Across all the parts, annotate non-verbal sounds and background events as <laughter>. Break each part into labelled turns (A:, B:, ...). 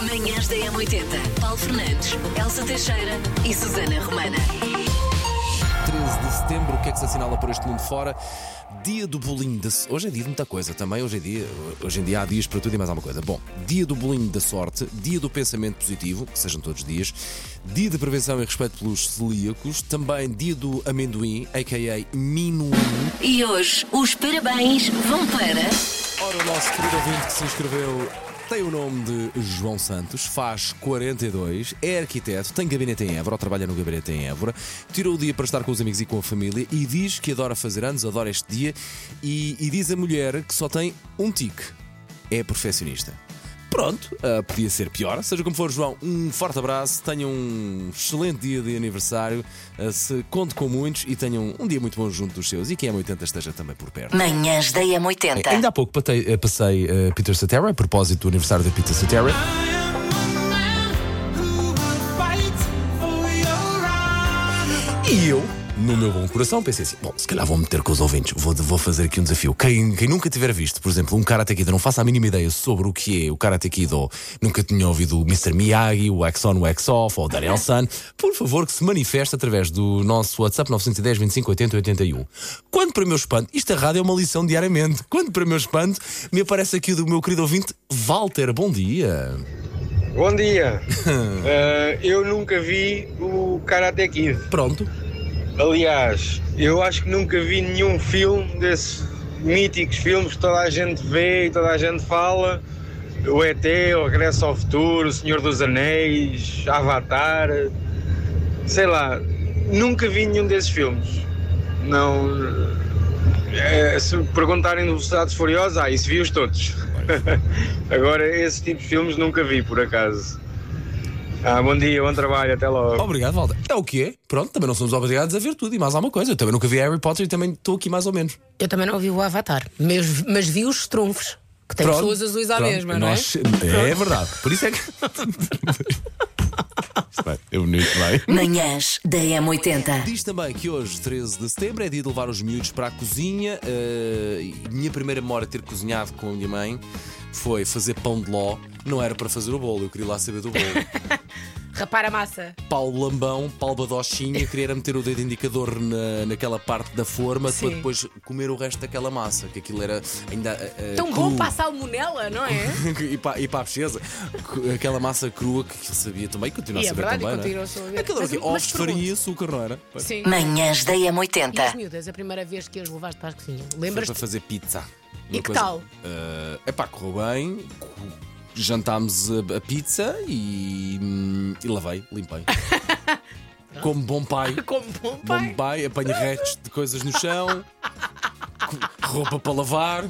A: Manhãs da M80. Paulo Fernandes, Elsa Teixeira e Susana Romana.
B: 13 de setembro, o que é que se assinala por este mundo fora? Dia do bolinho da sorte. Hoje é dia de muita coisa também. Hoje, é dia, hoje em dia há dias para tudo e mais alguma coisa. Bom, dia do bolinho da sorte, dia do pensamento positivo, que sejam todos dias, dia de prevenção e respeito pelos celíacos, também dia do amendoim, a.k.a. minuim.
A: E hoje os parabéns vão para.
B: Ora, o nosso querido ouvinte que se inscreveu tem o nome de João Santos, faz 42, é arquiteto, tem gabinete em Évora, ou trabalha no gabinete em Évora, tirou o dia para estar com os amigos e com a família e diz que adora fazer anos, adora este dia e, e diz a mulher que só tem um tique: é perfeccionista. Pronto, ah, podia ser pior. Seja como for, João, um forte abraço, tenha um excelente dia de aniversário, ah, se conte com muitos e tenham um dia muito bom junto dos seus e quem é 80 esteja também por perto.
A: Manhãs da M80.
B: Ainda há pouco patei- eh, passei, eh, Peter Cetera, a propósito do aniversário de Peter Cetera. E eu, no meu bom coração, pensei assim: bom, se calhar vou meter com os ouvintes, vou, vou fazer aqui um desafio. Quem, quem nunca tiver visto, por exemplo, um Karate Kid, eu não faço a mínima ideia sobre o que é o Karate Kid, ou nunca tinha ouvido o Mr. Miyagi, o Wax On, o Wax Off, ou o Daniel Sun, por favor, que se manifeste através do nosso WhatsApp 910 25 80 81. Quando, para o meu espanto, isto a rádio é uma lição diariamente. Quando, para o meu espanto, me aparece aqui o do meu querido ouvinte, Walter. Bom dia.
C: Bom dia. Eh, eu nunca vi o Karate Kid.
B: Pronto.
C: Aliás, eu acho que nunca vi nenhum filme desses míticos filmes que toda a gente vê e toda a gente fala. O ET, o Regresso ao Futuro, o Senhor dos Anéis, Avatar. Sei lá, nunca vi nenhum desses filmes. Não. eh, se perguntarem no Velocidades Furiosas, ah, isso vi-os todos. <laughs> Agora, esse tipo de filmes nunca vi, por acaso. Ah, bom dia, bom trabalho, até logo.
B: Obrigado, Walter. É o que é. Pronto, também não somos obrigados a ver tudo e mais alguma coisa. Eu também nunca vi Harry Potter e também estou aqui mais ou menos.
D: Eu também não vi o Avatar, mas, mas vi os trunfos, que tem
B: Pronto,
D: pessoas azuis à
B: pronto,
D: mesma,
B: nós- É verdade. Por <laughs> isso é que. Isto vai, é bonito, vai.
A: Manhãs da M80.
B: Diz também que hoje, 13 de setembro, é dia de levar os miúdos para a cozinha. eh, e minha primeira memória de ter cozinhado com a minha mãe foi fazer pão de ló. Não era para fazer o bolo, eu queria lá saber do bolo.
D: não é? Rapar a massa.
B: Paulo Lambão, Paulo Badochinha, querer era meter o dedo indicador na, naquela parte da forma para
D: Sim.
B: depois comer o resto daquela massa, que aquilo era ainda. eh, eh,
D: Tão bom
B: cru.
D: para a salmonela, não é?
B: <laughs> e, para, e para a pesquisa, aquela massa crua que ele sabia também, continua
D: E
B: a
D: é
B: saber
D: verdade,
B: também.
D: e continua
B: não é?
D: a saber.
B: Aquilo era
D: Mas-
B: o quê?
D: mas
B: Ovos,
D: pergunto.
B: farinha e açúcar, não era? Foi
D: Sim.
A: Manhãs da
D: E as
A: M80.
D: miúdas, a primeira vez que as levaste para a cozinha,
B: para
D: lembras-te?
B: fazer pizza.
D: E
B: Uma
D: que tal?
B: Eh, epá, correu bem, co- jantámos a, a pizza e, hum, e lavei,
D: <laughs>
B: limpei. Como bom pai.
D: Como bom
B: Bom
D: pai.
B: pai, apanha restos de coisas no chão, co- roupa para lavar,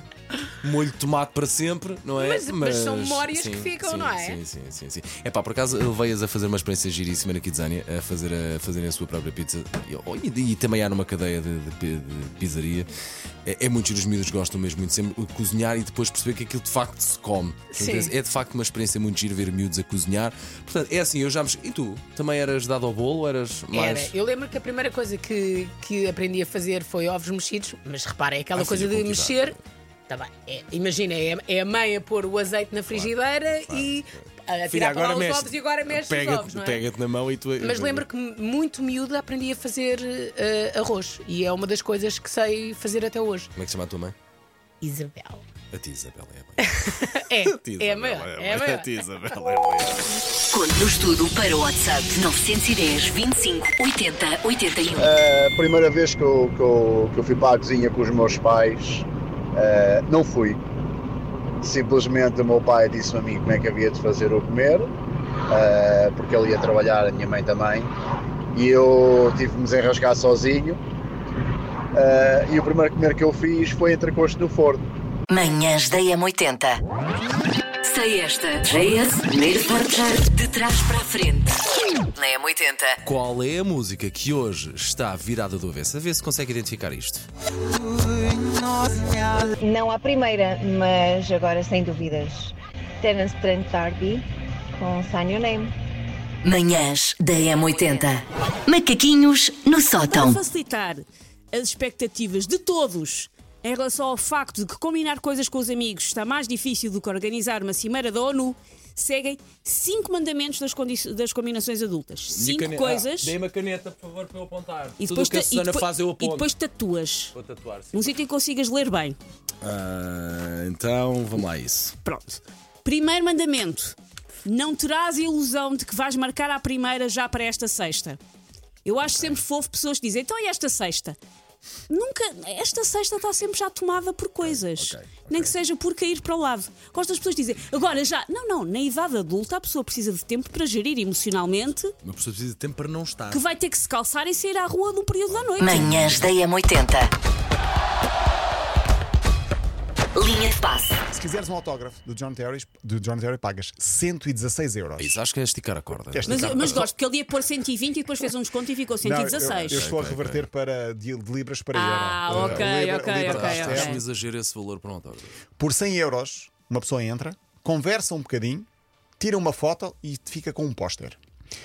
B: molho de tomate para sempre, não é?
D: Mas- mas são memórias que ficam,
B: sim,
D: não é?
B: Sim, sim, sim. sim. É pá, por acaso levei-as a fazer uma experiência giríssima na Kidzania, a, fazer a, fazerem a sua própria pizza. E, oh, e- e também há numa cadeia de, de pi- de pizzaria. É, é muito giro, os miúdos gostam mesmo muito sempre de cozinhar e depois perceber que aquilo de facto se come.
D: Sim.
B: É de facto uma experiência muito giro ver miúdos a cozinhar. Portanto, é assim, eu já me. E tu? Também eras dado ao bolo? ou Eras mais.
D: Era. Eu lembro que a primeira coisa que, que aprendi a fazer foi ovos mexidos, mas repara, é aquela
B: Ah,
D: coisa
B: filha,
D: de
B: cultivar.
D: mexer. Tá bem. É, imagina, é, é a mãe a pôr o azeite na frigideira e a
B: Filha,
D: tirar para lá
B: agora
D: os
B: mexe.
D: ovos e agora mexe
B: pega
D: os ovos, não é?
B: Pega-te na mão e tu. é
D: Mas lembro que muito miúda aprendi a fazer eh, arroz e é uma das coisas que sei fazer até hoje.
B: Como é que se chama a tua mãe?
D: Isabel.
B: A tia Isabela é a
D: <laughs>
B: mãe.
D: É,
B: A tia
D: é a
B: Isabela
D: maior. É a
B: mãe. A
D: maior.
B: tia Isabela é a mãe.
A: Conte-nos tudo para o WhatsApp 910 25 80 81.
E: Eh, A primeira vez que eu, que, eu, que eu fui para a cozinha com os meus pais, eh, não fui. Simplesmente o meu pai disse a mim como é que havia de fazer o comer, eh, porque ele ia trabalhar, a minha mãe também, e eu tive de me desenrascar sozinho. Eh, e o primeiro comer que eu fiz foi entrecosto no forno.
A: Manhãs da M80. Sei esta. JS, primeiro forte de trás para a frente. Na M80.
B: Qual é a música que hoje está virada do avesso? A ver se consegue identificar isto.
F: Não à primeira, mas agora sem dúvidas. Terence Trent D'Arby com Sign Your Name.
A: Manhãs da M80. Macaquinhos no
G: Para
A: sótão.
G: facilitar as expectativas de todos em relação ao facto de que combinar coisas com os amigos está mais difícil do que organizar uma cimeira da ONU, seguem cinco mandamentos das, condi- das combinações adultas.
B: Minha
G: Cinco
B: cane-
G: coisas.
B: Ah, Dê-me a caneta, por favor, para eu apontar.
G: E
B: Tudo o que a
G: ta- e
B: Susana
G: depois-
B: faz, eu aponto.
G: E depois tatuas.
B: Vou tatuar, sim.
G: Num sítio em que consigas ler bem.
B: Ah, então, vamos lá a isso.
G: Pronto. Primeiro mandamento: não terás a ilusão de que vais marcar à primeira já para esta sexta. Eu acho sempre fofo pessoas que dizem, então e esta sexta? Nunca, esta sexta está sempre já tomada por coisas.
B: ok,
G: Nem que seja por cair para o lado. Gosto das pessoas dizem, agora já. Não, não, na idade adulta a pessoa precisa de tempo para gerir emocionalmente,
B: Uma pessoa precisa de tempo para não estar.
G: que vai ter que se calçar e sair à rua num período da noite.
A: Manhãs da M80. Linha de passe.
H: Se quiseres um autógrafo do John Terry, do John Terry pagas 116 euros.
B: Isso, acho que é esticar a corda.
H: Este
G: Mas,
H: cara-
G: mas gosto, porque ele ia pôr 120 e depois fez um desconto e ficou
H: Não, eu-
G: 116.
H: eu, estou a reverter para de, de libras para
G: Ah,
H: euro.
G: ok,
H: Eh, libra-
G: ok,
H: libra
G: ok,
H: para
G: ok.
B: Acho
H: externo.
B: um exagero esse valor para um autógrafo.
H: Por 100 euros, uma pessoa entra, conversa um bocadinho, tira uma foto e fica com um póster.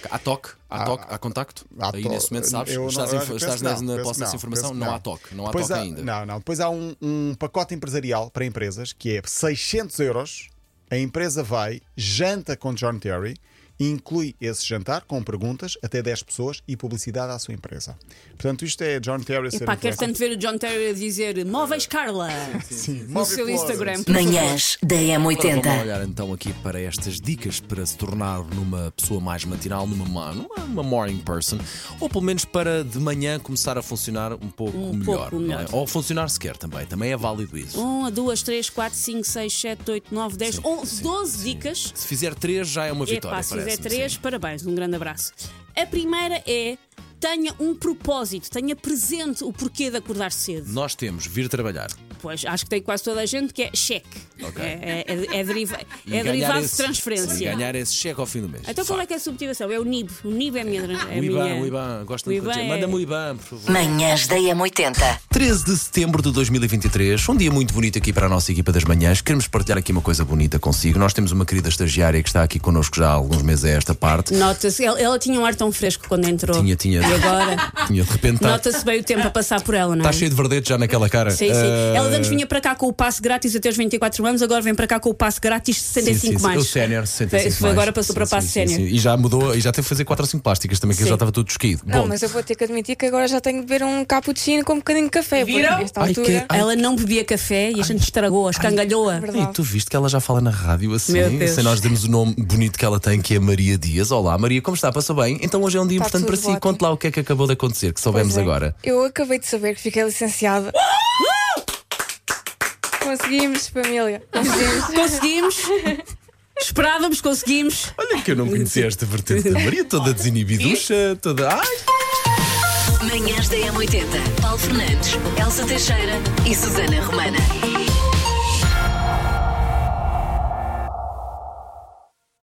B: Há toque, há toque, há contacto.
H: Há
B: Aí
H: to-
B: nesse momento sabes,
H: eu não-
B: estás,
H: eu
B: em-
H: acho que
B: estás
H: penso
B: na- na
H: penso
B: posse dessa informação,
H: penso
B: não. há toque, não há
H: Depois
B: toque ainda.
H: Não, não. Depois há um, um pacote empresarial para empresas que é 600 euros. A empresa vai, janta com John Terry, e inclui esse jantar com perguntas, até 10 pessoas e publicidade à sua empresa. Portanto, isto é John Terry ser
G: Epá, quero
H: influencer.
G: tanto ver o John Terry a dizer
B: É.
G: móveis
B: <laughs>
G: Carla no
H: Móvel
G: seu
H: Flores.
G: Instagram.
A: Manhãs da
B: Agora vamos
A: M80.
B: olhar então aqui para estas dicas para se tornar numa pessoa mais matinal, numa, ma- numa, uma morning person, ou pelo menos para de manhã começar a funcionar um pouco
G: Um
B: melhor.
G: pouco
B: não é?
G: melhor.
B: Ou funcionar sequer também, também é válido isso.
G: 1, 2, 3, 4, 5, 6, 7, 8, 9, 10, 11, 12 dicas.
B: Se fizer três já é uma vitória.
G: Epá, se fizer
B: parece-me,
G: três,
B: sim.
G: parabéns, um grande abraço. A primeira é tenha um propósito, tenha presente o porquê de acordar cedo.
B: Nós temos vir trabalhar.
G: Pois, acho que tem quase toda a gente que é cheque. É, é- é deriva-
B: <laughs> E
G: é
B: ganhar
G: derivado
B: esse-
G: de transferência.
B: E ganhar esse cheque ao fim do mês.
G: Então qual é que é a subtivação? É o NIB. O NIB é a minha. É a
B: O IBAN,
G: minha...
B: o IBAN, gosto
G: O
B: muito de
G: IBAN
B: dizer.
G: é-
B: Manda-me o IBAN, por favor.
A: Manhãs da M80.
B: 13 de setembro de 2023, um dia muito bonito aqui para a nossa equipa das manhãs. Queremos partilhar aqui uma coisa bonita consigo. Nós temos uma querida estagiária que está aqui connosco já há alguns meses a esta parte.
G: Nota-se, ela, ela tinha um ar tão fresco quando entrou.
B: Tinha, tinha, <laughs>
G: E agora?
B: tinha de repente. Está
G: Nota-se bem o tempo a passar por ela, não é?
B: está Tá cheio de verdete já naquela cara.
G: Sim, sim.
B: Ah,
G: Ela antes vinha para cá com o passe grátis até os 24 anos, agora vem para cá com o passe grátis de 65
B: sim, sim, sim.
G: mais.
B: O sénior, 65
G: Foi-
B: mais.
G: Agora passou
B: Sim,
G: para
B: sim,
G: passe
B: sim,
G: sénior.
B: sim. E já mudou, e já teve que fazer 4 ou 5 plásticas também, que ele
G: Sim.
B: já estava todo esquido.
I: Não,
B: Bom,
I: mas eu vou ter que admitir que agora já tenho de beber um cappuccino com um bocadinho de café.
D: Viram?
I: Porque nesta
B: Ai,
I: altura.
B: que- ai,
G: Ela não bebia café e a gente estragou, a escangalhou-a.
I: verdade.
B: E tu viste que ela já fala na rádio assim,
G: Meu Deus.
B: sem nós demos o nome bonito que ela tem, que é Maria Dias. Olá, Maria, como está? Passou bem? Então hoje é um dia
I: Está
B: importante para
I: tudo
B: si.
I: ótimo.
B: Conte lá o que é que acabou de acontecer, que
I: Pois
B: soubemos
I: é.
B: agora.
I: Eu acabei de saber que fiquei licenciada. Conseguimos, família. Conseguimos.
B: <laughs>
G: Conseguimos. Esperávamos, conseguimos.
B: Olha que eu não conhecia esta vertente da Maria, toda desinibiducha, toda. Ai!
A: Manhãs da M80. Paulo Fernandes, Elsa Teixeira e Susana Romana.